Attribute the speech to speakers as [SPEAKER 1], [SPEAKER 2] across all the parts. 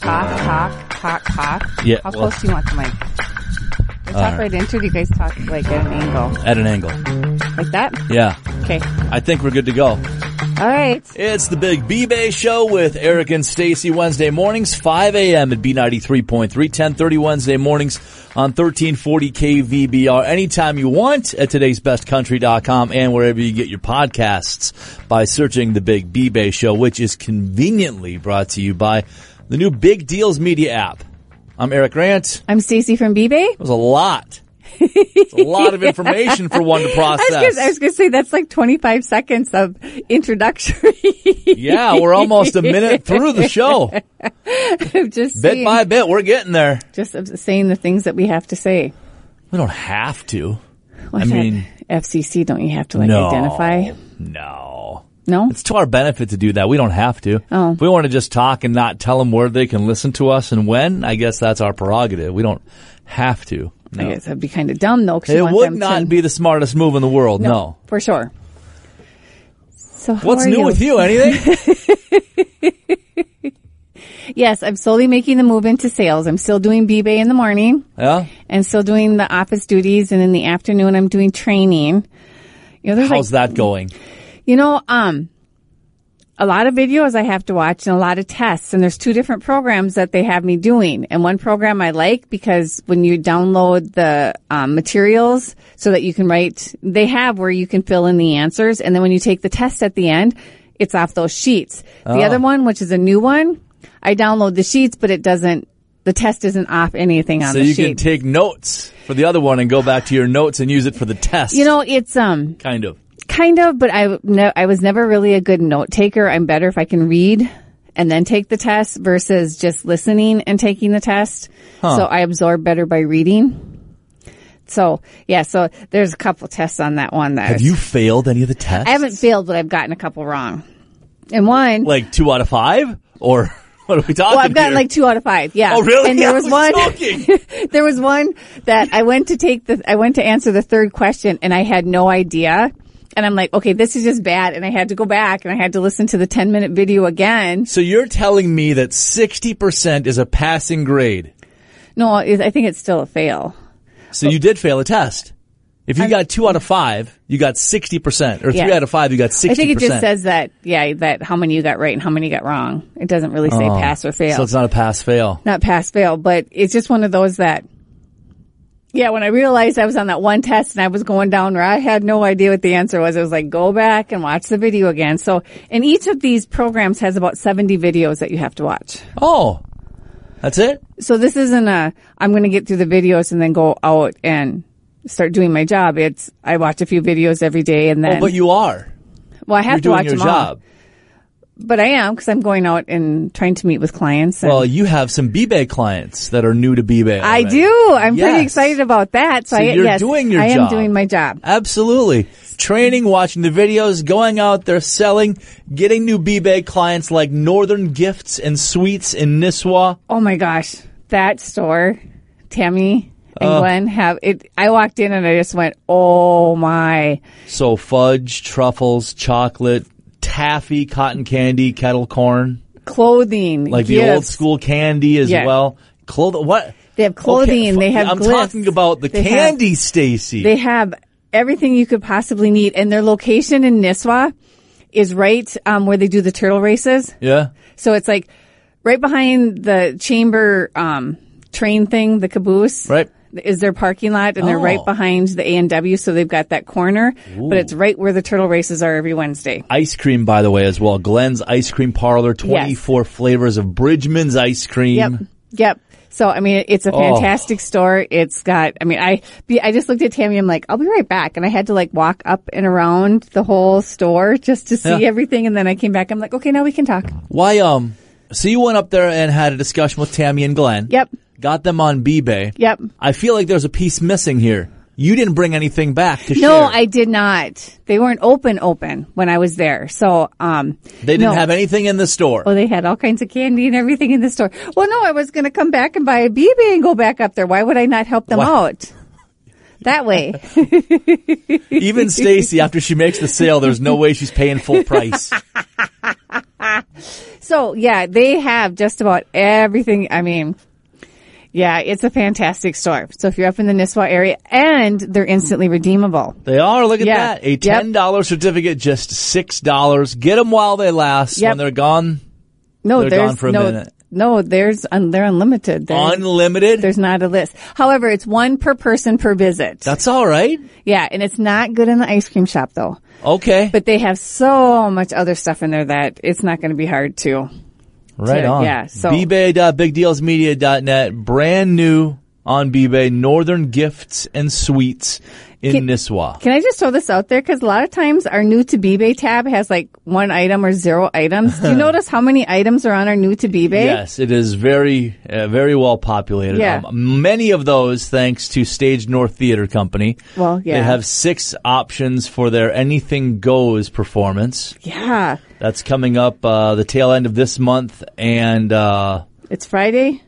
[SPEAKER 1] Talk, talk, talk, talk.
[SPEAKER 2] Yeah,
[SPEAKER 1] How
[SPEAKER 2] well- uh,
[SPEAKER 1] close do you want the mic? Do you talk right into it? Do you guys talk like at an angle?
[SPEAKER 2] at an angle.
[SPEAKER 1] Like that?
[SPEAKER 2] Yeah.
[SPEAKER 1] Okay.
[SPEAKER 2] I think we're good to go.
[SPEAKER 1] All right.
[SPEAKER 2] It's the Big B-Bay Show with Eric and Stacy Wednesday mornings, 5 a.m. at B93.3, 1030 Wednesday mornings on 1340 KVBR. Anytime you want at today'sbestcountry.com and wherever you get your podcasts by searching the Big B-Bay Show, which is conveniently brought to you by the new Big Deals Media app. I'm Eric Grant.
[SPEAKER 1] I'm Stacy from B-Bay.
[SPEAKER 2] It was a lot. It's a lot of information for one to
[SPEAKER 1] I
[SPEAKER 2] process.
[SPEAKER 1] was, gonna, I was gonna say that's like 25 seconds of introductory.
[SPEAKER 2] Yeah, we're almost a minute through the show.
[SPEAKER 1] I'm just
[SPEAKER 2] Bit
[SPEAKER 1] saying-
[SPEAKER 2] by bit, we're getting there.
[SPEAKER 1] just of saying the things that we have to say.
[SPEAKER 2] We don't have to.
[SPEAKER 1] Well,
[SPEAKER 2] I
[SPEAKER 1] that
[SPEAKER 2] mean-
[SPEAKER 1] FCC, don't you have to like
[SPEAKER 2] no.
[SPEAKER 1] identify?
[SPEAKER 2] No.
[SPEAKER 1] No.
[SPEAKER 2] It's to our benefit to do that. We don't have to.
[SPEAKER 1] Oh.
[SPEAKER 2] If we want to just talk and not tell them where they can listen to us and when, I guess that's our prerogative. We don't have to.
[SPEAKER 1] I
[SPEAKER 2] No.
[SPEAKER 1] guess that'd be kind of dumb though. 'cause you
[SPEAKER 2] It
[SPEAKER 1] want
[SPEAKER 2] would
[SPEAKER 1] them
[SPEAKER 2] not
[SPEAKER 1] to,
[SPEAKER 2] be the smartest move in the world. No.
[SPEAKER 1] for sure. So how
[SPEAKER 2] What's
[SPEAKER 1] are
[SPEAKER 2] new
[SPEAKER 1] you?
[SPEAKER 2] with you? Anything?
[SPEAKER 1] Yes, I'm slowly making the move into sales. I'm still doing B-Bay in the morning
[SPEAKER 2] yeah.
[SPEAKER 1] and still doing the office duties. And in the afternoon, I'm doing training. You know, there's like
[SPEAKER 2] How's that going?
[SPEAKER 1] You know, um, a lot of videos I have to watch and a lot of tests. And there's two different programs that they have me doing. And one program I like because when you download the um, materials so that you can write, they have where you can fill in the answers. And then when you take the test at the end, it's off those sheets. The
[SPEAKER 2] Oh.
[SPEAKER 1] other one, which is a new one, I download the sheets, but it doesn't, the test isn't off anything on
[SPEAKER 2] So
[SPEAKER 1] the
[SPEAKER 2] you
[SPEAKER 1] sheet.
[SPEAKER 2] can take notes for the other one and go back to your notes and use it for the test.
[SPEAKER 1] you know, it's, um,
[SPEAKER 2] kind of.
[SPEAKER 1] Kind of, but I no, I was never really a good note taker. I'm better if I can read and then take the test versus just listening and taking the test. So I absorb better by reading. So yeah, so there's a couple tests on that one that I
[SPEAKER 2] Have
[SPEAKER 1] was-
[SPEAKER 2] you failed any of the tests?
[SPEAKER 1] I haven't failed, but I've gotten a couple wrong. And one,
[SPEAKER 2] like two out of five, or what are we talking?
[SPEAKER 1] well, I've gotten
[SPEAKER 2] here?
[SPEAKER 1] like two out of five. Yeah.
[SPEAKER 2] Oh, really?
[SPEAKER 1] And there
[SPEAKER 2] I
[SPEAKER 1] was,
[SPEAKER 2] was
[SPEAKER 1] one.
[SPEAKER 2] joking.
[SPEAKER 1] there was one that I went to take the. I went to answer the third question, and I had no idea. And I'm like, okay, this is just bad. And I had to go back, and I had to listen to the 10 minute video again.
[SPEAKER 2] So you're telling me that sixty percent is a passing grade.
[SPEAKER 1] No, it, I think it's still a fail.
[SPEAKER 2] So you did fail a test. If you got two out of five, you got sixty percent, or three
[SPEAKER 1] Yeah.
[SPEAKER 2] out of five, you got sixty
[SPEAKER 1] I think
[SPEAKER 2] percent.
[SPEAKER 1] it just says that, yeah, that how many you got right and how many you got wrong. It doesn't really say pass or fail.
[SPEAKER 2] So it's not a pass fail.
[SPEAKER 1] not pass fail, but it's just one of those that, yeah, when I realized I was on that one test and I was going down where I had no idea what the answer was, I was like, go back and watch the video again. So, and each of these programs has about 70 videos that you have to watch.
[SPEAKER 2] Oh, that's it.
[SPEAKER 1] So this isn't a, I'm going to get through the videos and then go out and start doing my job. It's, I watch a few videos every day and then,
[SPEAKER 2] Oh, but you are.
[SPEAKER 1] well, I have
[SPEAKER 2] You're
[SPEAKER 1] to
[SPEAKER 2] doing
[SPEAKER 1] watch
[SPEAKER 2] your
[SPEAKER 1] them all.
[SPEAKER 2] job.
[SPEAKER 1] But I am because I'm going out and trying to meet with clients. And
[SPEAKER 2] Well, you have some B-Bay clients that are new to B-Bay.
[SPEAKER 1] I
[SPEAKER 2] already.
[SPEAKER 1] do. I'm pretty
[SPEAKER 2] Yes.
[SPEAKER 1] excited about that. So,
[SPEAKER 2] So
[SPEAKER 1] I,
[SPEAKER 2] you're
[SPEAKER 1] yes,
[SPEAKER 2] doing your
[SPEAKER 1] I am
[SPEAKER 2] job.
[SPEAKER 1] doing my job.
[SPEAKER 2] Absolutely. Training, watching the videos, going out there selling, getting new B-Bay clients like Northern Gifts and Sweets in Nisswa.
[SPEAKER 1] Oh my gosh, that store, Tammy and Gwen have it. I walked in and I just went, "Oh my!"
[SPEAKER 2] So fudge, truffles, chocolate, taffy, cotton candy, kettle corn,
[SPEAKER 1] Clothing,
[SPEAKER 2] like the
[SPEAKER 1] gifts.
[SPEAKER 2] old school candy as
[SPEAKER 1] Yeah.
[SPEAKER 2] well. Cloth- what?
[SPEAKER 1] They have clothing.
[SPEAKER 2] fu-
[SPEAKER 1] they have.
[SPEAKER 2] I'm
[SPEAKER 1] glyphs.
[SPEAKER 2] talking about the
[SPEAKER 1] They have-
[SPEAKER 2] candy, Stacy.
[SPEAKER 1] they have everything you could possibly need, and their location in Nisswa is right um, where they do the turtle races.
[SPEAKER 2] yeah.
[SPEAKER 1] So it's like right behind the chamber um, train thing, the caboose.
[SPEAKER 2] Right.
[SPEAKER 1] Is their parking lot, and they're
[SPEAKER 2] Oh.
[SPEAKER 1] right behind the A and W, so they've got that corner. But it's right where the turtle races are every Wednesday.
[SPEAKER 2] Ice cream, by the way, as well. Glenn's Ice Cream Parlor, 24 flavors of Bridgman's ice cream.
[SPEAKER 1] Yep, yep. So I mean, it's a
[SPEAKER 2] Mm. Oh.
[SPEAKER 1] fantastic store. It's got. I mean, I I just looked at Tammy. I'm like, I'll be right back, and I had to like walk up and around the whole store just to see
[SPEAKER 2] Yeah.
[SPEAKER 1] everything, and then I came back. I'm like, okay, now we can talk.
[SPEAKER 2] Why, um, so you went up there and had a discussion with Tammy and Glenn.
[SPEAKER 1] Yep.
[SPEAKER 2] Got them on B-Bay.
[SPEAKER 1] Yep.
[SPEAKER 2] I feel like there's a piece missing here. You didn't bring anything back to share.
[SPEAKER 1] No, I did not. They weren't open open when I was there. So, um,
[SPEAKER 2] They didn't
[SPEAKER 1] no.
[SPEAKER 2] have anything in the store.
[SPEAKER 1] Oh, they had all kinds of candy and everything in the store. Well, no, I was going to come back and buy a BB and go back up there. Why would I not help them
[SPEAKER 2] Why-
[SPEAKER 1] out? that way.
[SPEAKER 2] Even Stacy, after she makes the sale, there's no way she's paying full price.
[SPEAKER 1] So yeah, they have just about everything. I mean, yeah, it's a fantastic store. So if you're up in the Nisswa area and they're instantly redeemable.
[SPEAKER 2] They are. Look at
[SPEAKER 1] Yeah.
[SPEAKER 2] that. A
[SPEAKER 1] Yep.
[SPEAKER 2] ten dollar certificate, just six dollars. Get them while they last.
[SPEAKER 1] Yep.
[SPEAKER 2] When they're gone,
[SPEAKER 1] No,
[SPEAKER 2] They're
[SPEAKER 1] there's
[SPEAKER 2] gone for a
[SPEAKER 1] no,
[SPEAKER 2] minute.
[SPEAKER 1] no, there's un, they're unlimited. There's,
[SPEAKER 2] unlimited.
[SPEAKER 1] there's not a list. However, it's one per person per visit.
[SPEAKER 2] That's all right.
[SPEAKER 1] yeah, and it's not good in the ice cream shop though.
[SPEAKER 2] Okay.
[SPEAKER 1] But they have so much other stuff in there that it's not going to be hard to.
[SPEAKER 2] right
[SPEAKER 1] so,
[SPEAKER 2] on.
[SPEAKER 1] yeah, so- bbay.bigdealsmedia.net.
[SPEAKER 2] Brand new on bbay. Northern Gifts and Sweets in
[SPEAKER 1] Can-
[SPEAKER 2] Nisswa.
[SPEAKER 1] Can I just throw this out there? Because a lot of times our new to Bebe tab has like one item or zero items. Do you notice how many items are on our new to Bebe?
[SPEAKER 2] Yes, it is very, uh, very well populated. Um,
[SPEAKER 1] Yeah.
[SPEAKER 2] many of those, thanks to Stage North Theater Company.
[SPEAKER 1] Well, yeah.
[SPEAKER 2] They have six options for their Anything Goes performance.
[SPEAKER 1] Yeah.
[SPEAKER 2] That's coming up uh, the tail end of this month, and uh,
[SPEAKER 1] It's Friday.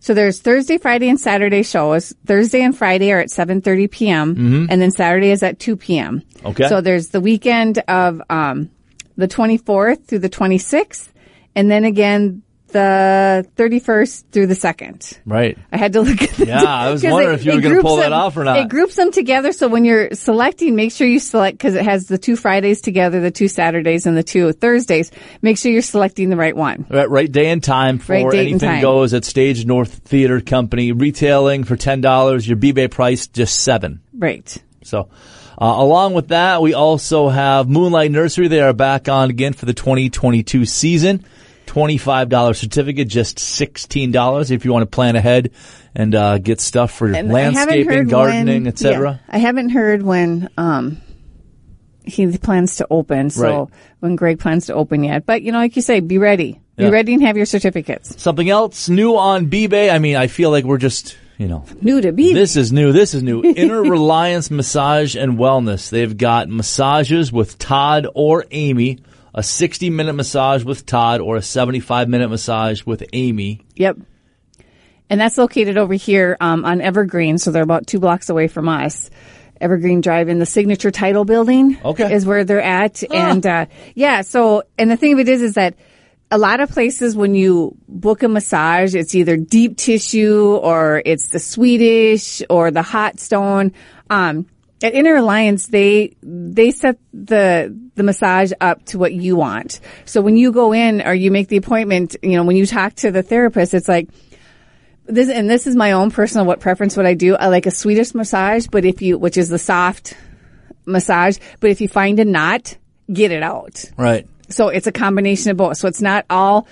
[SPEAKER 1] So there's Thursday, Friday, and Saturday shows. Thursday and Friday are at 7.30 p.m. And then Saturday is at 2 p.m.
[SPEAKER 2] Mm-hmm. Okay.
[SPEAKER 1] So there's the weekend of um, the 24th through the 26th. And then again, the 31st through the 2nd.
[SPEAKER 2] right,
[SPEAKER 1] I had to look at the
[SPEAKER 2] Yeah, I was
[SPEAKER 1] 'cause
[SPEAKER 2] wondering if you
[SPEAKER 1] it
[SPEAKER 2] were gonna
[SPEAKER 1] groups
[SPEAKER 2] pull that
[SPEAKER 1] them-
[SPEAKER 2] off or not.
[SPEAKER 1] It groups them together, so when you're selecting, make sure you select because it has the two Fridays together, the two Saturdays, and the two Thursdays. Make sure you're selecting the right one.
[SPEAKER 2] right, right day and time for
[SPEAKER 1] Right date and
[SPEAKER 2] anything
[SPEAKER 1] time.
[SPEAKER 2] goes at Stage North Theater Company, retailing for ten dollars. Your b-bay price just seven.
[SPEAKER 1] Right.
[SPEAKER 2] So, uh, along with that, we also have Moonlight Nursery. They are back on again for the 2022 season. $25 certificate, just $16 if you want to plan ahead and uh, get stuff for your
[SPEAKER 1] And I haven't
[SPEAKER 2] landscaping,
[SPEAKER 1] heard
[SPEAKER 2] gardening,
[SPEAKER 1] when-
[SPEAKER 2] etc.
[SPEAKER 1] yeah, I haven't heard when um, he plans to open. So
[SPEAKER 2] Right.
[SPEAKER 1] when Greg plans to open yet, but you know, like you say, be ready. Be
[SPEAKER 2] Yeah.
[SPEAKER 1] ready and have your certificates.
[SPEAKER 2] Something else new on B-Bay. I mean, I feel like we're just, you know,
[SPEAKER 1] New to be
[SPEAKER 2] This is new. This is new. Inner Reliance Massage and Wellness. They've got massages with Todd or Amy, a 60 minute massage with Todd or a 75 minute massage with Amy.
[SPEAKER 1] Yep. And that's located over here um, on Evergreen, so they're about two blocks away from us. Evergreen Drive in the signature title building
[SPEAKER 2] Okay.
[SPEAKER 1] is where they're at, and uh, yeah. So, and the thing of it is, is that a lot of places when you book a massage, it's either deep tissue or it's the Swedish or the hot stone. Um, at Inner Alliance, they they set the the massage up to what you want. So when you go in or you make the appointment, you know when you talk to the therapist, it's like this and this is my own personal what preference would I do? I like a Swedish massage, but if you which is the soft massage, but if you find a knot, get it out.
[SPEAKER 2] Right.
[SPEAKER 1] So it's a combination of both. So it's not all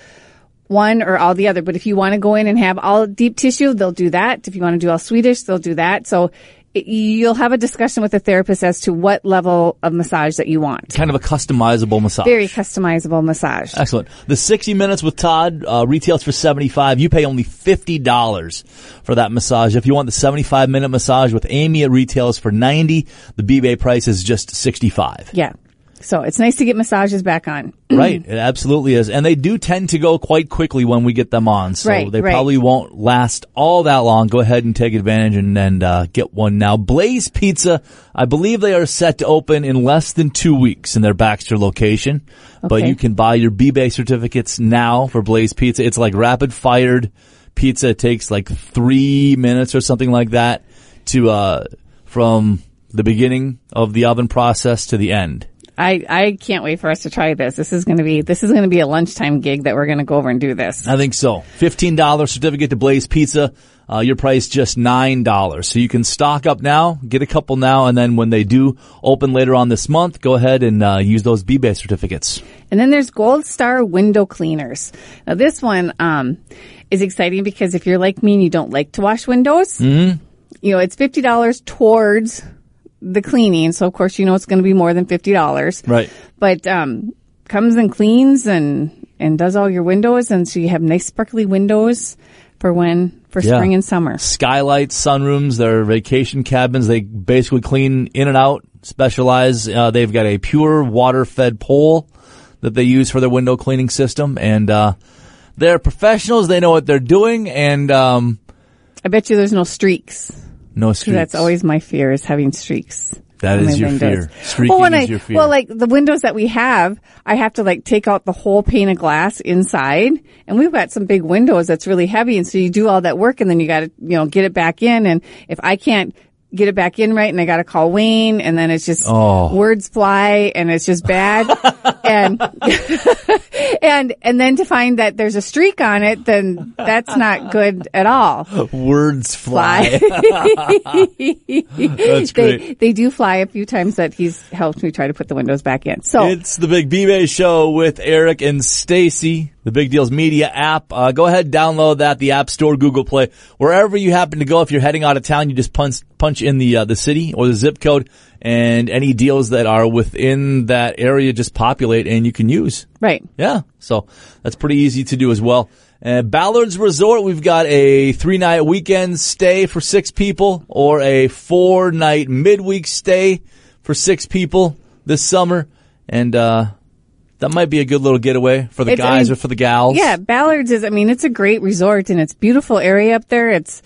[SPEAKER 1] one or all the other. But if you want to go in and have all deep tissue, they'll do that. If you want to do all Swedish, they'll do that. So it, you'll have a discussion with the therapist as to what level of massage that you want.
[SPEAKER 2] Kind of a customizable massage.
[SPEAKER 1] Very customizable massage.
[SPEAKER 2] Excellent. The 60 minutes with Todd uh, retails for 75. You pay only $50 for that massage. If you want the 75 minute massage with Amy, it retails for 90. The B-Bay price is just 65.
[SPEAKER 1] Yeah. So it's nice to get massages back on.
[SPEAKER 2] Right. It absolutely is. And they do tend to go quite quickly when we get them on. So
[SPEAKER 1] Right,
[SPEAKER 2] they
[SPEAKER 1] right.
[SPEAKER 2] probably won't last all that long. Go ahead and take advantage and, and uh, get one now. Blaze Pizza, I believe they are set to open in less than two weeks in their Baxter location. But
[SPEAKER 1] Okay.
[SPEAKER 2] you can buy your B-Bay certificates now for Blaze Pizza. It's like rapid fired pizza. It takes like three minutes or something like that to, uh, from the beginning of the oven process to the end.
[SPEAKER 1] I, I can't wait for us to try this. This is going to be, this is going to be a lunchtime gig that we're going to go over and do this.
[SPEAKER 2] I think so. Fifteen dollar certificate to Blaze Pizza. Uh, your price just nine dollars. So you can stock up now, get a couple now, and then when they do open later on this month, go ahead and uh, use those B-Bay certificates.
[SPEAKER 1] And then there's Gold Star window cleaners. Now this one um, is exciting because if you're like me and you don't like to wash windows,
[SPEAKER 2] Mm-hmm.
[SPEAKER 1] you know it's fifty dollars towards the cleaning. So of course you know it's going to be more than fifty dollars,
[SPEAKER 2] Right.
[SPEAKER 1] But um, comes and cleans and and does all your windows, and so you have nice sparkly windows for when for
[SPEAKER 2] Yeah.
[SPEAKER 1] spring and summer.
[SPEAKER 2] Skylights, sunrooms, their vacation cabins. They basically clean in and out. Specialize. Uh, they've got a pure water-fed pole that they use for their window cleaning system, and uh, they're professionals. They know what they're doing, and um,
[SPEAKER 1] I bet you there's no streaks.
[SPEAKER 2] No streaks.
[SPEAKER 1] That's always my fear is having streaks.
[SPEAKER 2] That
[SPEAKER 1] on
[SPEAKER 2] is
[SPEAKER 1] my
[SPEAKER 2] your
[SPEAKER 1] windows.
[SPEAKER 2] fear. Streaking
[SPEAKER 1] when
[SPEAKER 2] is
[SPEAKER 1] I-
[SPEAKER 2] your fear.
[SPEAKER 1] Well, like the windows that we have, I have to like take out the whole pane of glass inside and we've got some big windows that's really heavy. And so you do all that work and then you got to, you know, get it back in. And if I can't get it back in right and I got to call Wayne and then it's just
[SPEAKER 2] Oh.
[SPEAKER 1] words fly and it's just bad. and, and, and then to find that there's a streak on it, then that's not good at all.
[SPEAKER 2] Words fly.
[SPEAKER 1] Fly.
[SPEAKER 2] That's
[SPEAKER 1] they
[SPEAKER 2] great.
[SPEAKER 1] they do fly a few times that he's helped me try to put the windows back in. So
[SPEAKER 2] It's the Big B-Bay Show with Eric and Stacy, the Big Deals Media app. Uh, go ahead, download that, the App Store, Google Play, wherever you happen to go. If you're heading out of town, you just punch, punch in the, uh, the city or the zip code and any deals that are within that area just populate and you can use.
[SPEAKER 1] right,
[SPEAKER 2] Yeah. So that's pretty easy to do as well. And Ballard's Resort, we've got a three night weekend stay for six people or a four night midweek stay for six people this summer. And, uh, that might be a good little getaway for the
[SPEAKER 1] It's- I
[SPEAKER 2] guys
[SPEAKER 1] mean,
[SPEAKER 2] or for the gals.
[SPEAKER 1] yeah, Ballard's is. I mean, it's a great resort and it's beautiful area up there. It's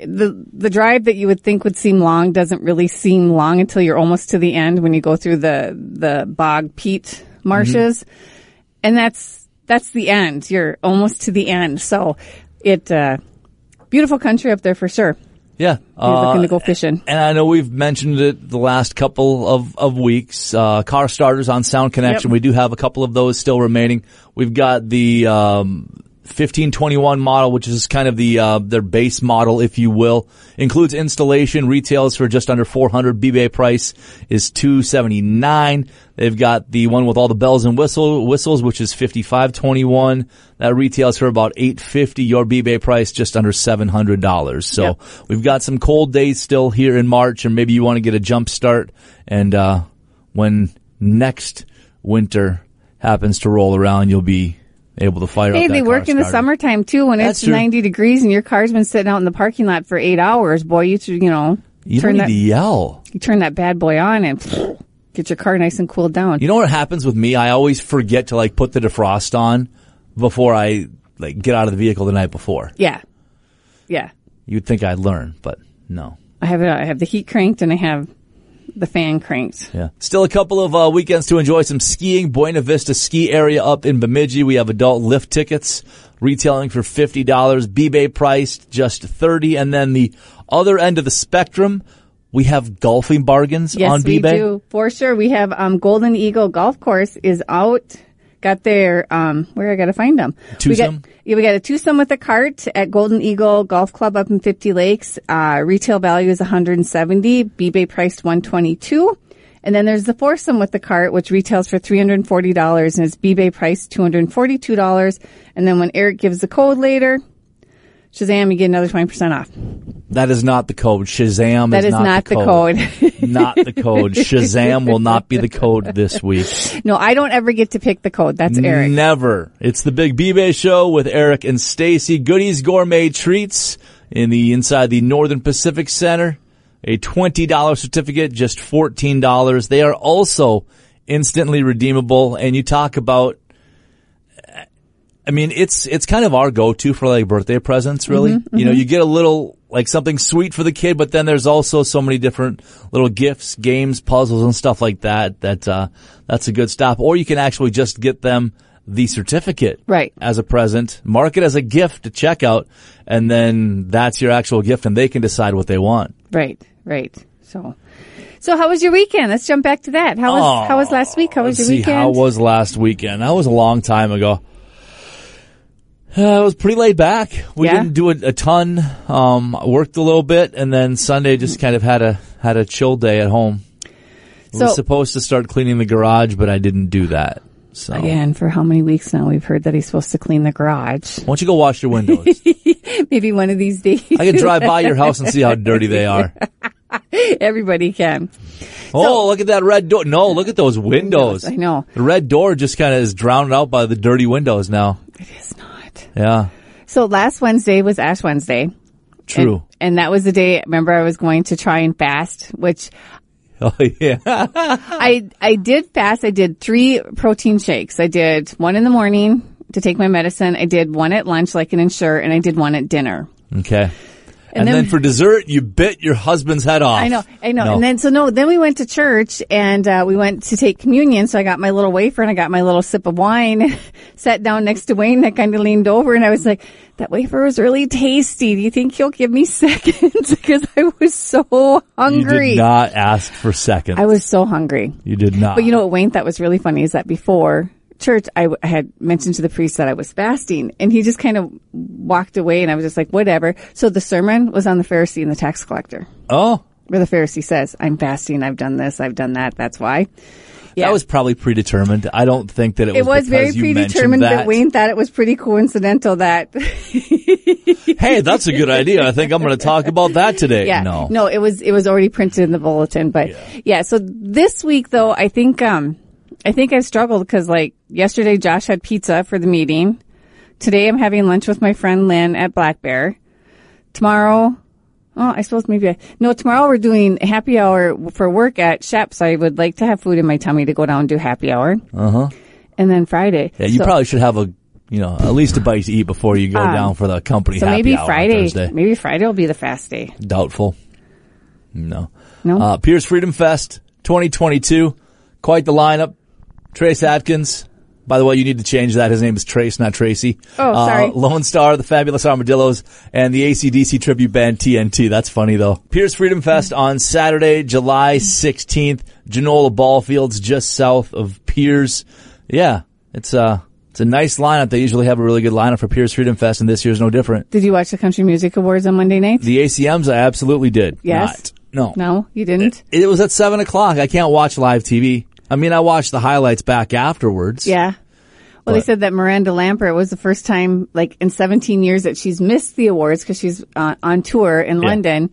[SPEAKER 1] the the drive that you would think would seem long doesn't really seem long until you're almost to the end when you go through the the bog peat marshes,
[SPEAKER 2] Mm-hmm.
[SPEAKER 1] and that's that's the end. You're almost to the end. So it uh, beautiful country up there for sure.
[SPEAKER 2] Yeah.
[SPEAKER 1] You're
[SPEAKER 2] Uh,
[SPEAKER 1] looking to go fishing.
[SPEAKER 2] And I know we've mentioned it the last couple of, of weeks. Uh, car starters on Sound Connection.
[SPEAKER 1] Yep.
[SPEAKER 2] We do have a couple of those still remaining. We've got the, um, 1521 model, which is kind of the, uh, their base model, if you will. Includes installation, retails for just under 400. B-Bay price is 279. They've got the one with all the bells and whistle, whistles, which is 5521. That retails for about 850. Your B-Bay price just under $700. So
[SPEAKER 1] Yep.
[SPEAKER 2] We've got some cold days still here in March, and maybe you want to get a jump start. And uh, when next winter happens to roll around, you'll be able to fire.
[SPEAKER 1] Hey,
[SPEAKER 2] up that
[SPEAKER 1] they
[SPEAKER 2] car
[SPEAKER 1] work in the
[SPEAKER 2] starter.
[SPEAKER 1] summertime too when
[SPEAKER 2] That's
[SPEAKER 1] it's
[SPEAKER 2] true.
[SPEAKER 1] 90 degrees and your car's been sitting out in the parking lot for eight hours. Boy, you should, you know,
[SPEAKER 2] You don't
[SPEAKER 1] turn
[SPEAKER 2] need
[SPEAKER 1] that,
[SPEAKER 2] to yell.
[SPEAKER 1] you turn that bad boy on and get your car nice and cooled down.
[SPEAKER 2] You know what happens with me? I always forget to like put the defrost on before I like get out of the vehicle the night before.
[SPEAKER 1] yeah. Yeah.
[SPEAKER 2] You'd think I'd learn, but no.
[SPEAKER 1] I have, it- I have the heat cranked and I have the fan cranked.
[SPEAKER 2] Yeah. Still a couple of uh, weekends to enjoy some skiing. Buena Vista ski area up in Bemidji. We have adult lift tickets retailing for $50. B-Bay priced just 30 And then the other end of the spectrum, we have golfing bargains
[SPEAKER 1] Yes,
[SPEAKER 2] on
[SPEAKER 1] we
[SPEAKER 2] B-Bay.
[SPEAKER 1] do. For sure. We have, um, Golden Eagle Golf Course is out. Got their, um, where I gotta find them. We
[SPEAKER 2] Twosome?
[SPEAKER 1] got, yeah, we got a twosome with a cart at Golden Eagle Golf Club up in 50 Lakes. Uh, retail value is 170, B-Bay priced 122. And then there's the foursome with the cart, which retails for $340 and is B-Bay priced $242. And then when Eric gives the code later, Shazam, you get another 20% off.
[SPEAKER 2] That is not the code. Shazam
[SPEAKER 1] That
[SPEAKER 2] is,
[SPEAKER 1] is not the
[SPEAKER 2] code. not the code. Shazam will not be the code this week.
[SPEAKER 1] No, I don't ever get to pick the code. That's Eric.
[SPEAKER 2] Never. It's the Big B-Bay Show with Eric and Stacy. Goodies Gourmet Treats in the inside the Northern Pacific Center. A $20 certificate, just $14. They are also instantly redeemable. And you talk about, I mean, it's, it's kind of our go-to for like birthday presents, really. You know, you get a little, like something sweet for the kid, but then there's also so many different little gifts, games, puzzles and stuff like that, that, uh, that's a good stop. Or you can actually just get them the certificate
[SPEAKER 1] Right.
[SPEAKER 2] as a present, mark it as a gift to checkout, and then that's your actual gift, and they can decide what they want.
[SPEAKER 1] Right, right. So, so how was your weekend? Let's jump back to that. How was how was last week? How was
[SPEAKER 2] Let's
[SPEAKER 1] your
[SPEAKER 2] see
[SPEAKER 1] weekend?
[SPEAKER 2] how it was last weekend. That was a long time ago. Uh, it was pretty laid back. We
[SPEAKER 1] Yeah?
[SPEAKER 2] didn't do a, a ton. Um, I worked a little bit, and then Sunday just kind of had a had a chill day at home. I
[SPEAKER 1] so
[SPEAKER 2] was supposed to start cleaning the garage, but I didn't do that. So why
[SPEAKER 1] again, for how many weeks now we've heard that he's supposed to clean the garage?
[SPEAKER 2] don't you go wash your windows?
[SPEAKER 1] Maybe one of these days,
[SPEAKER 2] I can drive by your house and see how dirty they are.
[SPEAKER 1] everybody can.
[SPEAKER 2] Oh, look at that red door. No, look at those windows.
[SPEAKER 1] I know
[SPEAKER 2] The red door just kind of is drowned out by the dirty windows now.
[SPEAKER 1] it's not.
[SPEAKER 2] Yeah,
[SPEAKER 1] So last Wednesday was Ash Wednesday.
[SPEAKER 2] true.
[SPEAKER 1] And, and that was the day. Remember, I was going to try and fast, which
[SPEAKER 2] oh yeah.
[SPEAKER 1] I I did fast. I did three protein shakes. I did one in the morning to take my medicine. I did one at lunch, like an insure, and I did one at dinner.
[SPEAKER 2] Okay. And, then, for dessert, you bit your husband's head off.
[SPEAKER 1] I know, I know.
[SPEAKER 2] No.
[SPEAKER 1] And then, so no, then we went to church and uh, we went to take communion. So I got my little wafer and I got my little sip of wine, sat down next to Wayne that kind of leaned over and I was like, that wafer was really tasty. Do you think he'll give me seconds? because I was so
[SPEAKER 2] You
[SPEAKER 1] hungry.
[SPEAKER 2] did not ask for seconds.
[SPEAKER 1] I was so hungry.
[SPEAKER 2] you did not.
[SPEAKER 1] But you know what Wayne thought was really funny is that before church, I w- had mentioned to the priest that I was fasting and he just kind of walked away and I was just like, whatever. So the sermon was on the Pharisee and the tax collector
[SPEAKER 2] oh,
[SPEAKER 1] where the Pharisee says, I'm fasting. I've done this. I've done that. That's why. Yeah.
[SPEAKER 2] that was probably predetermined. I don't think that it was.
[SPEAKER 1] it was very
[SPEAKER 2] because you mentioned
[SPEAKER 1] predetermined,
[SPEAKER 2] that.
[SPEAKER 1] but Wayne thought it was pretty coincidental that,
[SPEAKER 2] Hey, that's a good idea. I think I'm going to talk about that today.
[SPEAKER 1] yeah,
[SPEAKER 2] No.
[SPEAKER 1] it was, it was already printed in the bulletin, but yeah. So this week though, I think, um, I think I struggled because like yesterday Josh had pizza for the meeting. Today I'm having lunch with my friend Lynn at Black Bear. Tomorrow, oh, I suppose maybe I, no, tomorrow we're doing happy hour for work at Shep. So I would like to have food in my tummy to go down and do happy hour. Uh huh. And then Friday.
[SPEAKER 2] Uh-huh. Yeah, you
[SPEAKER 1] So- Ah.
[SPEAKER 2] probably should have a, you know, at least a bite to eat before you go down for the company
[SPEAKER 1] So
[SPEAKER 2] happy
[SPEAKER 1] maybe
[SPEAKER 2] hour on
[SPEAKER 1] Friday.
[SPEAKER 2] Thursday.
[SPEAKER 1] Maybe Friday will be the fast day.
[SPEAKER 2] Doubtful. No.
[SPEAKER 1] No?
[SPEAKER 2] Uh, Pierce Freedom Fest 2022. Quite the lineup. Trace Atkins. By the way, you need to change that. His name is Trace, not Tracy.
[SPEAKER 1] Oh, sorry.
[SPEAKER 2] Uh, Lone Star, the Fabulous Armadillos, and the ACDC tribute band TNT. That's funny though. Pierce Freedom Fest on Saturday, July 16th. Genola Ballfields, just south of Piers. Yeah, it's uh, it's a nice lineup. They usually have a really good lineup for Pierce Freedom Fest, and this year's no different.
[SPEAKER 1] Did you watch the Country Music Awards on Monday night?
[SPEAKER 2] The ACMs, I absolutely did.
[SPEAKER 1] Yes.
[SPEAKER 2] Not. No.
[SPEAKER 1] No, you didn't.
[SPEAKER 2] It was at seven o'clock. I can't watch live TV. I mean, I watched the highlights back afterwards.
[SPEAKER 1] Yeah. Well, they
[SPEAKER 2] What?
[SPEAKER 1] said that Miranda Lambert was the first time, like in 17 years, that she's missed the awards because she's uh, on tour in London, and,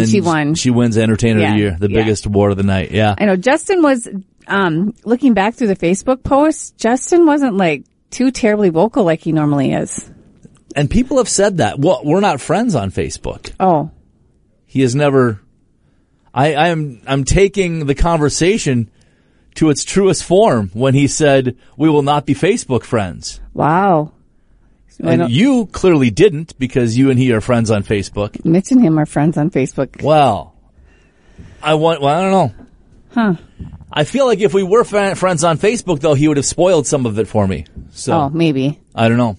[SPEAKER 2] then
[SPEAKER 1] she won.
[SPEAKER 2] She wins Entertainer of
[SPEAKER 1] Yeah.
[SPEAKER 2] the Year, the
[SPEAKER 1] Yeah.
[SPEAKER 2] biggest award of the night. Yeah.
[SPEAKER 1] I know Justin was um, looking back through the Facebook posts. Justin wasn't like too terribly vocal like he normally is.
[SPEAKER 2] And people have said that. Well, we're not friends on Facebook.
[SPEAKER 1] Oh,
[SPEAKER 2] He has never. I, I am. I'm taking the conversation to its truest form when he said, "We will not be Facebook friends."
[SPEAKER 1] wow. I
[SPEAKER 2] And
[SPEAKER 1] don't-
[SPEAKER 2] you clearly didn't because you and he are friends on Facebook.
[SPEAKER 1] Mitch and him are friends on Facebook.
[SPEAKER 2] Well, I want. Well, I don't know.
[SPEAKER 1] Huh.
[SPEAKER 2] I feel like if we were fri- friends on Facebook, though, he would have spoiled some of it for me. So
[SPEAKER 1] Oh, maybe.
[SPEAKER 2] I don't know.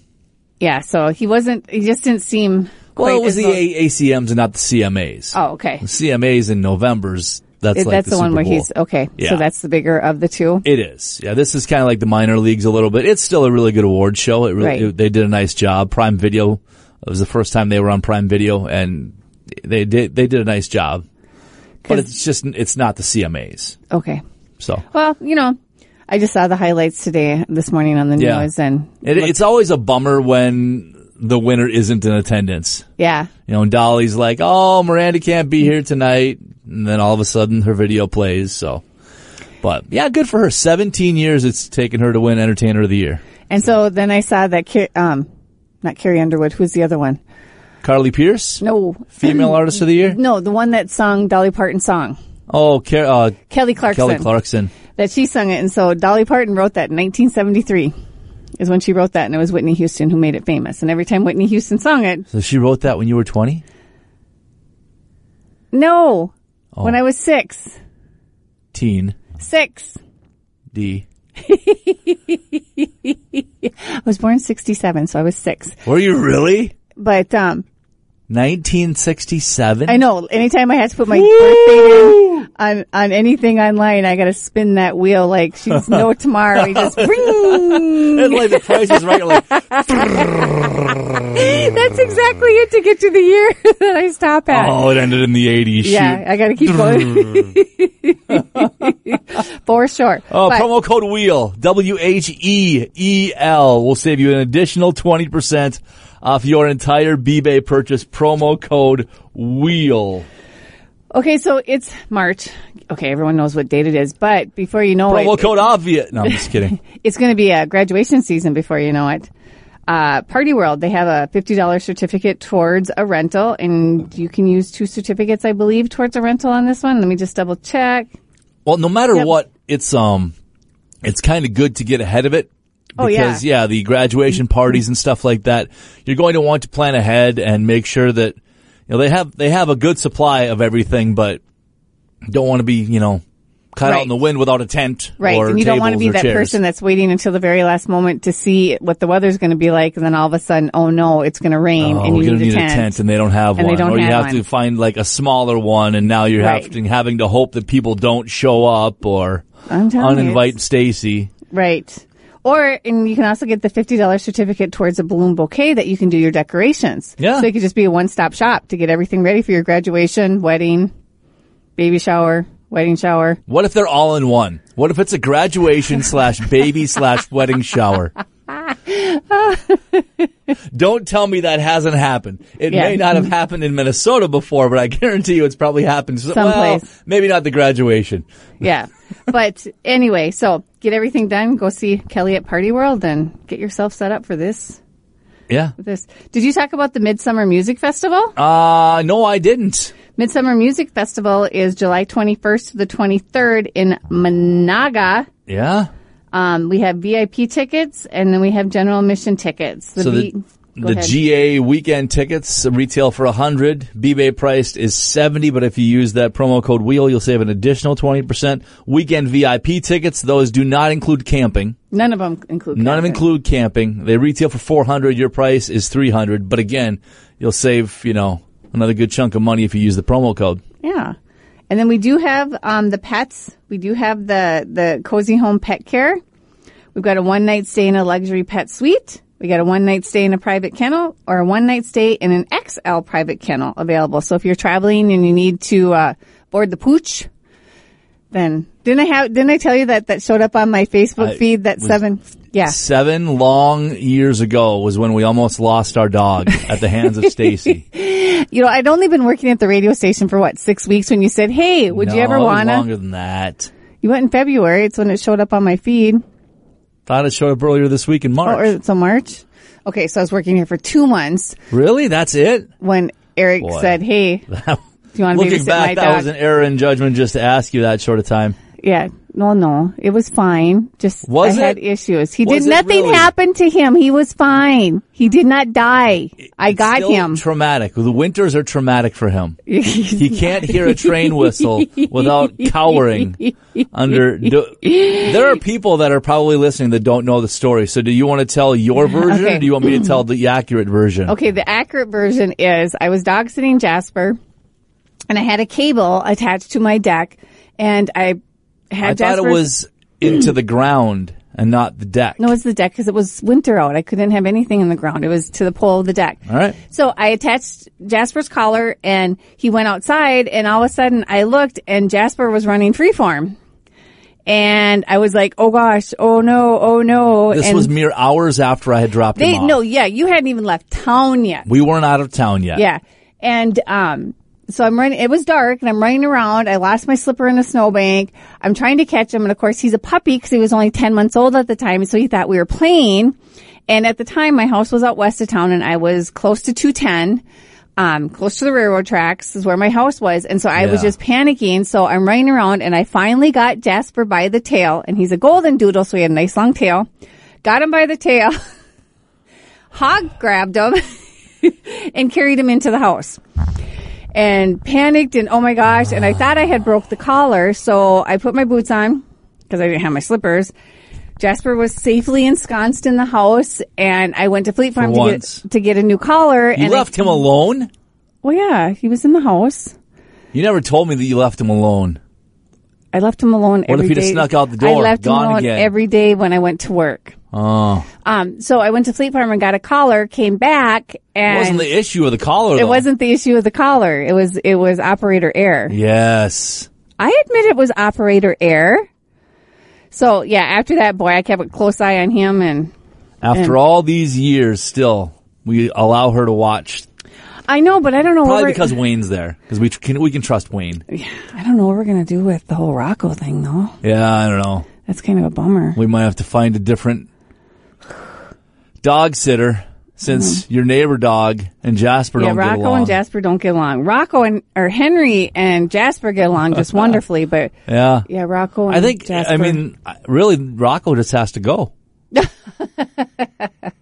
[SPEAKER 1] Yeah, so he wasn't. He just didn't seem.
[SPEAKER 2] Well,
[SPEAKER 1] quite
[SPEAKER 2] it was
[SPEAKER 1] as
[SPEAKER 2] the A- ACMs and not the CMAs.
[SPEAKER 1] Oh, okay.
[SPEAKER 2] CMAs in November's. That's
[SPEAKER 1] It-
[SPEAKER 2] like
[SPEAKER 1] that's the, one
[SPEAKER 2] Super
[SPEAKER 1] where
[SPEAKER 2] Bowl.
[SPEAKER 1] he's okay.
[SPEAKER 2] Yeah.
[SPEAKER 1] So that's the bigger of the two.
[SPEAKER 2] It is. Yeah, this is kind of like the minor leagues a little bit. It's still a really good award show. It really,
[SPEAKER 1] Right.
[SPEAKER 2] it- they did a nice job. Prime Video. It was the first time they were on Prime Video, and they did they did a nice job. But
[SPEAKER 1] 'Cause-
[SPEAKER 2] it's just it's not the CMAs.
[SPEAKER 1] Okay.
[SPEAKER 2] So
[SPEAKER 1] Well, you know, I just saw the highlights today this morning on the
[SPEAKER 2] Yeah.
[SPEAKER 1] news, and
[SPEAKER 2] It, it's always a bummer when the winner isn't in attendance.
[SPEAKER 1] yeah,
[SPEAKER 2] You know, and Dolly's like, "Oh, Miranda can't be here tonight," and then all of a sudden her video plays. So, but yeah, good for her. Seventeen years it's taken her to win Entertainer of the Year.
[SPEAKER 1] and so then I saw that Car- um, not Carrie Underwood. Who's the other one?
[SPEAKER 2] Carly Pierce,
[SPEAKER 1] No,
[SPEAKER 2] Female Artist of the Year.
[SPEAKER 1] no, the one that sung Dolly Parton song,
[SPEAKER 2] Oh, Car- uh,
[SPEAKER 1] Kelly Clarkson.
[SPEAKER 2] Kelly Clarkson.
[SPEAKER 1] That she sung it, and so Dolly Parton wrote that in 1973. Is when she wrote that, and it was Whitney Houston who made it famous. And every time Whitney Houston sung it,
[SPEAKER 2] So she wrote that when you were twenty.
[SPEAKER 1] no, when I was six,
[SPEAKER 2] Teen
[SPEAKER 1] six,
[SPEAKER 2] D.
[SPEAKER 1] I was born 67, so I was six.
[SPEAKER 2] Were you really?
[SPEAKER 1] But, um,
[SPEAKER 2] Nineteen sixty-seven.
[SPEAKER 1] I know anytime I had to put my birthday in on, on anything online, I got to spin that wheel like she's no tomorrow. You just ring.
[SPEAKER 2] And like the price is right. Like,
[SPEAKER 1] That's exactly it to get to the year that I stop at.
[SPEAKER 2] oh, it ended in the eighties.
[SPEAKER 1] yeah, I got to keep going. For sure.
[SPEAKER 2] Oh,
[SPEAKER 1] But-
[SPEAKER 2] promo code WHEEL, W-H-E-E-L E will save you an additional 20% off your entire B-Bay purchase. Promo code WHEEL.
[SPEAKER 1] okay, so it's March. Okay, everyone knows what date it is, but before you know
[SPEAKER 2] Promo
[SPEAKER 1] it,
[SPEAKER 2] code obvious. No, I'm just kidding.
[SPEAKER 1] it's going to be a graduation season before you know it. Uh, Party World, they have a $50 certificate towards a rental, and you can use two certificates, I believe, towards a rental on this one. Let me just double check.
[SPEAKER 2] Well, no matter
[SPEAKER 1] Yep.
[SPEAKER 2] what, it's, um, it's kind of good to get ahead of it.
[SPEAKER 1] Oh, yeah.
[SPEAKER 2] Because, yeah, the graduation parties and stuff like that, you're going to want to plan ahead and make sure that you know, they have they have a good supply of everything, but don't want to be you know caught out in
[SPEAKER 1] Right.
[SPEAKER 2] the wind without a tent
[SPEAKER 1] Right.
[SPEAKER 2] or
[SPEAKER 1] And you don't want to
[SPEAKER 2] tables
[SPEAKER 1] be
[SPEAKER 2] or
[SPEAKER 1] that
[SPEAKER 2] chairs.
[SPEAKER 1] person that's waiting until the very last moment to see what the weather's going to be like. And then all of a sudden, oh no, it's going to rain
[SPEAKER 2] Oh,
[SPEAKER 1] and
[SPEAKER 2] we're
[SPEAKER 1] you
[SPEAKER 2] gonna
[SPEAKER 1] need, a, tent.
[SPEAKER 2] and they don't have
[SPEAKER 1] And they
[SPEAKER 2] one,
[SPEAKER 1] don't
[SPEAKER 2] or you
[SPEAKER 1] have
[SPEAKER 2] have to
[SPEAKER 1] one.
[SPEAKER 2] find like a smaller one, and now you're
[SPEAKER 1] Right.
[SPEAKER 2] having having to hope that people don't show up or
[SPEAKER 1] I'm telling you,
[SPEAKER 2] uninvite Stacy.
[SPEAKER 1] Right. Or, and you can also get the $50 certificate towards a balloon bouquet that you can do your decorations.
[SPEAKER 2] Yeah.
[SPEAKER 1] So it could just be a one stop shop to get everything ready for your graduation, wedding, baby shower, wedding shower.
[SPEAKER 2] What if they're all in one? What if it's a graduation slash baby slash wedding shower? Don't tell me that hasn't happened. It
[SPEAKER 1] Yeah.
[SPEAKER 2] may not have happened in Minnesota before, but I guarantee you it's probably happened some- well,
[SPEAKER 1] Someplace.
[SPEAKER 2] maybe not the graduation.
[SPEAKER 1] Yeah. but anyway, so get everything done. Go see Kelly at Party World and get yourself set up for this.
[SPEAKER 2] Yeah.
[SPEAKER 1] This. Did you talk about the Midsummer Music Festival?
[SPEAKER 2] Uh, no, I didn't.
[SPEAKER 1] Midsummer Music Festival is July 21st to the 23rd in Managa,
[SPEAKER 2] Yeah.
[SPEAKER 1] Um, we have VIP tickets and then we have general admission tickets. The
[SPEAKER 2] so
[SPEAKER 1] V-
[SPEAKER 2] the,
[SPEAKER 1] go
[SPEAKER 2] the
[SPEAKER 1] ahead.
[SPEAKER 2] GA weekend tickets retail for 100. B-Bay priced is 70, but if you use that promo code WHEEL, you'll save an additional 20%. Weekend VIP tickets, those do not include camping.
[SPEAKER 1] None of them include.
[SPEAKER 2] None of
[SPEAKER 1] camping.
[SPEAKER 2] them include camping. They retail for 400. Your price is 300. But again, you'll save, you know, another good chunk of money if you use the promo code.
[SPEAKER 1] Yeah. And then we do have um, the pets. We do have the the cozy home pet care. We've got a one night stay in a luxury pet suite. We got a one night stay in a private kennel or a one night stay in an XL private kennel available. So if you're traveling and you need to uh, board the pooch, then didn't I have didn't I tell you that that showed up on my Facebook
[SPEAKER 2] I
[SPEAKER 1] feed that
[SPEAKER 2] was-
[SPEAKER 1] seven yeah
[SPEAKER 2] Seven long years ago was when we almost lost our dog at the hands of Stacy.
[SPEAKER 1] You know, I'd only been working at the radio station for what six weeks when you said, "Hey, would you
[SPEAKER 2] No,
[SPEAKER 1] ever
[SPEAKER 2] it was
[SPEAKER 1] wanna?"
[SPEAKER 2] Longer than that.
[SPEAKER 1] You went in February. It's when it showed up on my feed,
[SPEAKER 2] Thought it showed up earlier this week in
[SPEAKER 1] oh,
[SPEAKER 2] March.
[SPEAKER 1] or so March. Okay, so I was working here for two months
[SPEAKER 2] Really? That's it?
[SPEAKER 1] when Eric
[SPEAKER 2] Boy.
[SPEAKER 1] said, "Hey, do you want to
[SPEAKER 2] Looking
[SPEAKER 1] babysit my
[SPEAKER 2] back, that
[SPEAKER 1] dog?"
[SPEAKER 2] was an error in judgment just to ask you that short of time.
[SPEAKER 1] yeah, no, no, it was fine. Just
[SPEAKER 2] Was
[SPEAKER 1] I had
[SPEAKER 2] it?
[SPEAKER 1] issues. He
[SPEAKER 2] Was
[SPEAKER 1] did
[SPEAKER 2] it
[SPEAKER 1] nothing
[SPEAKER 2] really?
[SPEAKER 1] happened to him. He was fine. He did not die. I
[SPEAKER 2] It's
[SPEAKER 1] got
[SPEAKER 2] still
[SPEAKER 1] him.
[SPEAKER 2] Traumatic. The winters are traumatic for him. he can't hear a train whistle without cowering under. Do, there are people that are probably listening that don't know the story. So, do you want to tell your version, or
[SPEAKER 1] Okay.
[SPEAKER 2] do you want me to tell the accurate version?
[SPEAKER 1] Okay, the accurate version is I was dog sitting Jasper and I had a cable attached to my deck and I had
[SPEAKER 2] I thought it
[SPEAKER 1] Jasper's-
[SPEAKER 2] was into the ground and not the deck.
[SPEAKER 1] no, it was the deck because it was winter out. I couldn't have anything in the ground. It was to the pole of the deck.
[SPEAKER 2] All right.
[SPEAKER 1] So I attached Jasper's collar and he went outside and all of a sudden I looked and Jasper was running freeform. And I was like, oh gosh, oh no, oh no.
[SPEAKER 2] this
[SPEAKER 1] and
[SPEAKER 2] was mere hours after I had dropped
[SPEAKER 1] they,
[SPEAKER 2] him off.
[SPEAKER 1] no, yeah, you hadn't even left town yet.
[SPEAKER 2] we weren't out of town yet.
[SPEAKER 1] Yeah. And um so I'm running it was dark and I'm running around. I lost my slipper in a snowbank. I'm trying to catch him and of course he's a puppy because he was only 10 months old at the time so he thought we were playing. And at the time my house was out west of town and I was close to 210. Um, close to the railroad tracks is where my house was. And so I was
[SPEAKER 2] Yeah.
[SPEAKER 1] just panicking. So I'm running around and I finally got Jasper by the tail and he's a golden doodle. So he had a nice long tail. Got him by the tail. Hog grabbed him and carried him into the house and panicked and oh my gosh and i thought i had broke the collar so i put my boots on because i didn't have my slippers jasper was safely ensconced in the house and i went to fleet farm to
[SPEAKER 2] once.
[SPEAKER 1] get, to get a new collar
[SPEAKER 2] You
[SPEAKER 1] and I-
[SPEAKER 2] left him alone?
[SPEAKER 1] well yeah he was in the house
[SPEAKER 2] You never told me that you left him alone.
[SPEAKER 1] i left him alone
[SPEAKER 2] What if
[SPEAKER 1] every
[SPEAKER 2] he'd have
[SPEAKER 1] day.
[SPEAKER 2] snuck out the
[SPEAKER 1] i
[SPEAKER 2] door,
[SPEAKER 1] left him
[SPEAKER 2] gone
[SPEAKER 1] alone
[SPEAKER 2] again?
[SPEAKER 1] every day when i went to work
[SPEAKER 2] Oh.
[SPEAKER 1] um so i went to fleet farm and got a collar came back
[SPEAKER 2] It
[SPEAKER 1] and
[SPEAKER 2] wasn't the issue of the collar,
[SPEAKER 1] it
[SPEAKER 2] though.
[SPEAKER 1] wasn't the issue of the collar it was it was operator error
[SPEAKER 2] Yes.
[SPEAKER 1] I admit it was operator error. So yeah, after that, boy, I kept a close eye on him, and
[SPEAKER 2] After all these years, still, we allow her to watch.
[SPEAKER 1] I know, but I don't know. what
[SPEAKER 2] Probably
[SPEAKER 1] we're,
[SPEAKER 2] because Wayne's there. Because we tr- can, we can trust Wayne.
[SPEAKER 1] I don't know what we're gonna do with the whole Rocco thing, though.
[SPEAKER 2] Yeah, I don't know.
[SPEAKER 1] That's kind of a bummer.
[SPEAKER 2] We might have to find a different dog sitter since your neighbor dog and Jasper
[SPEAKER 1] Mm-hmm. yeah,
[SPEAKER 2] don't get
[SPEAKER 1] Rocco
[SPEAKER 2] along.
[SPEAKER 1] and Jasper don't get along. Rocco and or Henry and Jasper get along just wonderfully, but
[SPEAKER 2] yeah.
[SPEAKER 1] yeah, Rocco. And
[SPEAKER 2] I think,
[SPEAKER 1] Jasper,
[SPEAKER 2] I mean, I- really, Rocco just has to go.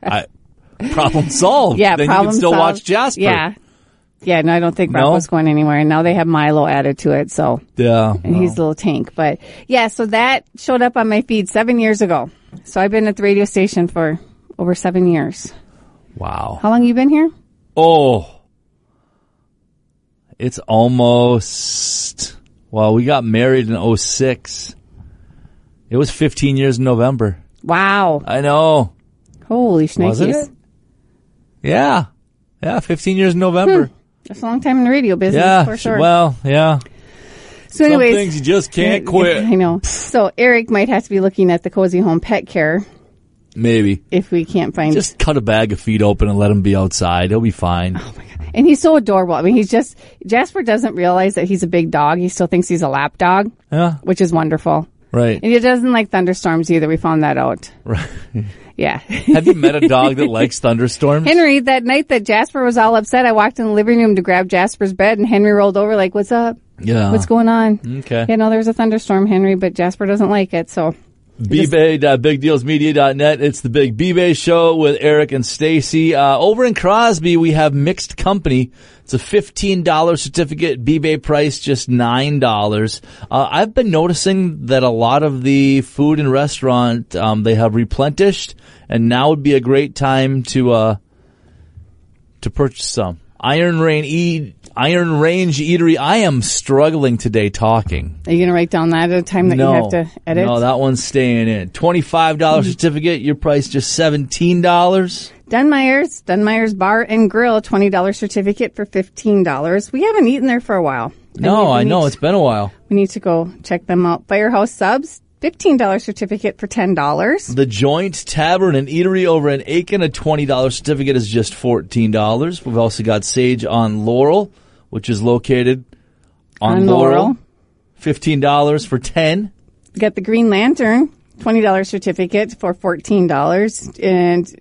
[SPEAKER 2] I, problem solved.
[SPEAKER 1] yeah,
[SPEAKER 2] Then
[SPEAKER 1] problem
[SPEAKER 2] you can still
[SPEAKER 1] solved.
[SPEAKER 2] watch Jasper.
[SPEAKER 1] Yeah, Yeah, no, I don't think
[SPEAKER 2] No?
[SPEAKER 1] Rocco's going anywhere. And now they have Milo added to it, so
[SPEAKER 2] Yeah.
[SPEAKER 1] and he's a little tank. But yeah, so that showed up on my feed seven years ago. So I've been at the radio station for over seven years.
[SPEAKER 2] Wow.
[SPEAKER 1] How long you been here?
[SPEAKER 2] Oh, it's almost. Well, we got married in 06. It was 15 years in November.
[SPEAKER 1] Wow!
[SPEAKER 2] I know.
[SPEAKER 1] Holy
[SPEAKER 2] Wasn't
[SPEAKER 1] shnikes!
[SPEAKER 2] it? Yeah. Yeah, 15 years in November.
[SPEAKER 1] That's a long time in the radio business
[SPEAKER 2] yeah.
[SPEAKER 1] Hmm. for sure.
[SPEAKER 2] Well, yeah.
[SPEAKER 1] so, anyways,
[SPEAKER 2] Some things you just can't quit.
[SPEAKER 1] I know. So Eric might have to be looking at the cozy home pet care
[SPEAKER 2] Maybe.
[SPEAKER 1] if we can't find.
[SPEAKER 2] Just cut a bag of feet open and let him be outside. He'll be fine.
[SPEAKER 1] Oh. and he's so adorable. I mean, he's just Jasper doesn't realize that he's a big dog. He still thinks he's a lap dog,
[SPEAKER 2] Yeah.
[SPEAKER 1] which is wonderful.
[SPEAKER 2] Right.
[SPEAKER 1] And he doesn't like thunderstorms either. We found that out.
[SPEAKER 2] Right.
[SPEAKER 1] Yeah.
[SPEAKER 2] Have you met a dog that likes thunderstorms?
[SPEAKER 1] Henry, that night that Jasper was all upset, I walked in the living room to grab Jasper's bed, and Henry rolled over like, "What's up?
[SPEAKER 2] Yeah.
[SPEAKER 1] What's going on?"
[SPEAKER 2] Okay.
[SPEAKER 1] Yeah, no, there was a thunderstorm, Henry, but Jasper doesn't like it, so.
[SPEAKER 2] bbay.bigdealsmedia.net. It's the Big B-Bay Show with Eric and Stacy. Uh, over in Crosby, we have Mixed Company. It's a $15 certificate. B-Bay price, just $9. Uh, I've been noticing that a lot of the food and restaurant, um, they have replenished and now would be a great time to, uh, to purchase some. Iron Rain e- Iron Range Eatery. I am struggling today talking.
[SPEAKER 1] Are you going to write down that at a time that you have to edit? Hmm.
[SPEAKER 2] No, that one's staying in. Twenty-five dollar certificate. Your price just seventeen dollars.
[SPEAKER 1] Dunmire's, Dunmire's Bar and Grill, $20 certificate for $15. We haven't eaten there for a while.
[SPEAKER 2] No,
[SPEAKER 1] we- we
[SPEAKER 2] I
[SPEAKER 1] need
[SPEAKER 2] know
[SPEAKER 1] to-
[SPEAKER 2] it's been a while.
[SPEAKER 1] We need to go check them out. Firehouse Subs, $15 certificate for $10.
[SPEAKER 2] The Joint Tavern and Eatery over in Aiken, a twenty dollar certificate is just fourteen dollars. We've also got Sage on Laurel, which is located on,
[SPEAKER 1] On Laurel.
[SPEAKER 2] Fifteen dollars for ten.
[SPEAKER 1] Got the Green Lantern, $20 certificate for $14. And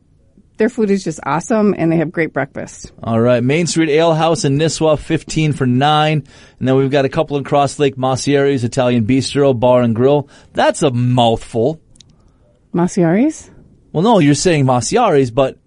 [SPEAKER 1] their food is just awesome and they have great breakfast.
[SPEAKER 2] All right, Main Street Ale House in Nisswa, fifteen for nine, and then we've got a couple in Cross Lake, Masieri's Italian Bistro Bar and Grill. That's a mouthful.
[SPEAKER 1] Masiari's?
[SPEAKER 2] Well, no, you're saying Masiari's, but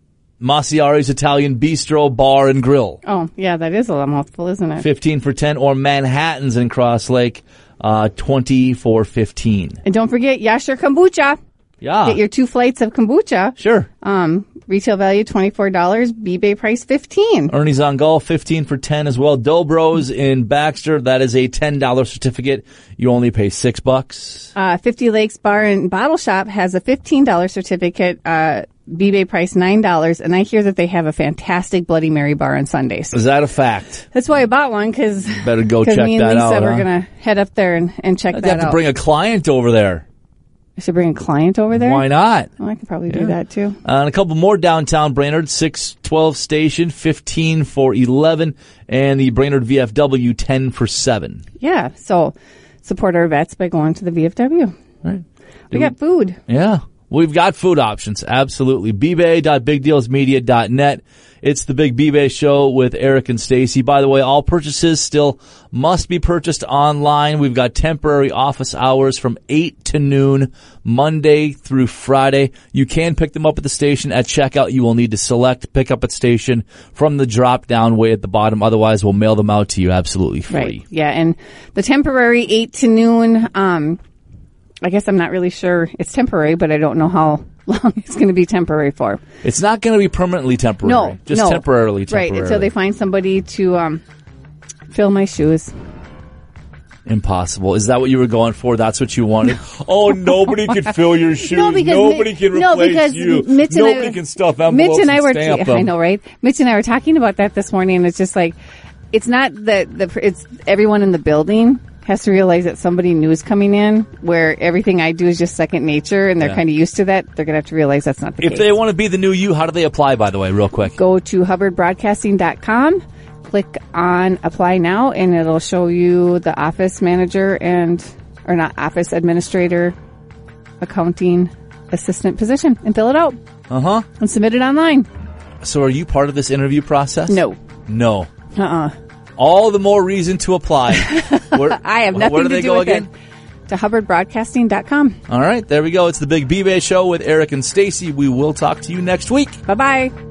[SPEAKER 2] Masiari's Italian Bistro Bar and Grill,
[SPEAKER 1] Oh, yeah, that is a lot mouthful, isn't it?
[SPEAKER 2] fifteen for ten, or Manhattan's in Cross Lake, uh, twenty for fifteen.
[SPEAKER 1] And don't forget Yasher Kombucha.
[SPEAKER 2] Yeah,
[SPEAKER 1] Get your two flights of kombucha.
[SPEAKER 2] sure.
[SPEAKER 1] Um, retail value twenty four dollars, b-bay price fifteen.
[SPEAKER 2] Ernie's on golf, fifteen for ten as well. Dobros in Baxter, that is a ten dollar certificate. You only pay six bucks.
[SPEAKER 1] Uh, Fifty Lakes Bar and Bottle Shop has a fifteen dollar certificate. Uh, b-bay price nine dollars, and I hear that they have a fantastic Bloody Mary bar on Sundays.
[SPEAKER 2] Is that a fact?
[SPEAKER 1] That's why I bought one because
[SPEAKER 2] Better go check
[SPEAKER 1] me and
[SPEAKER 2] that
[SPEAKER 1] Lisa
[SPEAKER 2] out,
[SPEAKER 1] were
[SPEAKER 2] huh?
[SPEAKER 1] gonna head up there and, and check
[SPEAKER 2] I'd
[SPEAKER 1] that
[SPEAKER 2] have to
[SPEAKER 1] out.
[SPEAKER 2] bring a client over there.
[SPEAKER 1] I should bring a client over there.
[SPEAKER 2] Why not?
[SPEAKER 1] Oh, I could probably do that too.
[SPEAKER 2] Uh, and a couple more downtown Brainerd, 612 station, 15 for 11, and the Brainerd VFW, 10 for 7.
[SPEAKER 1] Yeah, so support our vets by going to the VFW.
[SPEAKER 2] Right.
[SPEAKER 1] We got food.
[SPEAKER 2] Yeah. We've got food options. Absolutely. bbay.bigdealsmedia.net. It's the Big B-Bay Show with Eric and Stacy. By the way, all purchases still must be purchased online. We've got temporary office hours from 8 to noon, Monday through Friday. You can pick them up at the station at checkout. You will need to select pick up at station from the drop down way at the bottom. Otherwise, we'll mail them out to you absolutely free.
[SPEAKER 1] Right. Yeah, and the temporary eight to noon. Um, I guess I'm not really sure it's temporary, but I don't know how long it's going to be temporary for.
[SPEAKER 2] It's not going to be permanently temporary.
[SPEAKER 1] No,
[SPEAKER 2] Just
[SPEAKER 1] no.
[SPEAKER 2] temporarily temporary.
[SPEAKER 1] Right until they find somebody to um, fill my shoes.
[SPEAKER 2] Impossible. Is that what you were going for? That's what you wanted? oh, nobody could fill your shoes.
[SPEAKER 1] No, because
[SPEAKER 2] nobody
[SPEAKER 1] Mi-
[SPEAKER 2] can replace
[SPEAKER 1] no, because
[SPEAKER 2] you.
[SPEAKER 1] Mitch and
[SPEAKER 2] nobody
[SPEAKER 1] I,
[SPEAKER 2] can stuff envelopes
[SPEAKER 1] Mitch and I
[SPEAKER 2] and
[SPEAKER 1] were
[SPEAKER 2] stamp
[SPEAKER 1] I
[SPEAKER 2] them.
[SPEAKER 1] know, right? Mitch and I were talking about that this morning, and it's just like it's not that the it's everyone in the building has to realize that somebody new is coming in, where everything I do is just second nature, and they're
[SPEAKER 2] Yeah.
[SPEAKER 1] kind of used to that. They're going to have to realize that's not the
[SPEAKER 2] If
[SPEAKER 1] case.
[SPEAKER 2] they want to be the new you, how do they apply, by the way, real quick?
[SPEAKER 1] go to hubbardbroadcasting.com, click on apply now, and it'll show you the office manager and, or not office administrator, accounting assistant position and fill it out
[SPEAKER 2] Uh huh.
[SPEAKER 1] and submit it online.
[SPEAKER 2] So are you part of this interview process?
[SPEAKER 1] No.
[SPEAKER 2] No.
[SPEAKER 1] Uh uh
[SPEAKER 2] All the more reason to apply. Where,
[SPEAKER 1] I have
[SPEAKER 2] wh-
[SPEAKER 1] nothing
[SPEAKER 2] where do
[SPEAKER 1] to
[SPEAKER 2] they
[SPEAKER 1] do
[SPEAKER 2] go
[SPEAKER 1] with
[SPEAKER 2] again?
[SPEAKER 1] it. To hubbardbroadcasting.com.
[SPEAKER 2] All right, there we go. It's the Big B-Bay Show with Eric and Stacy. We will talk to you next week.
[SPEAKER 1] Bye bye.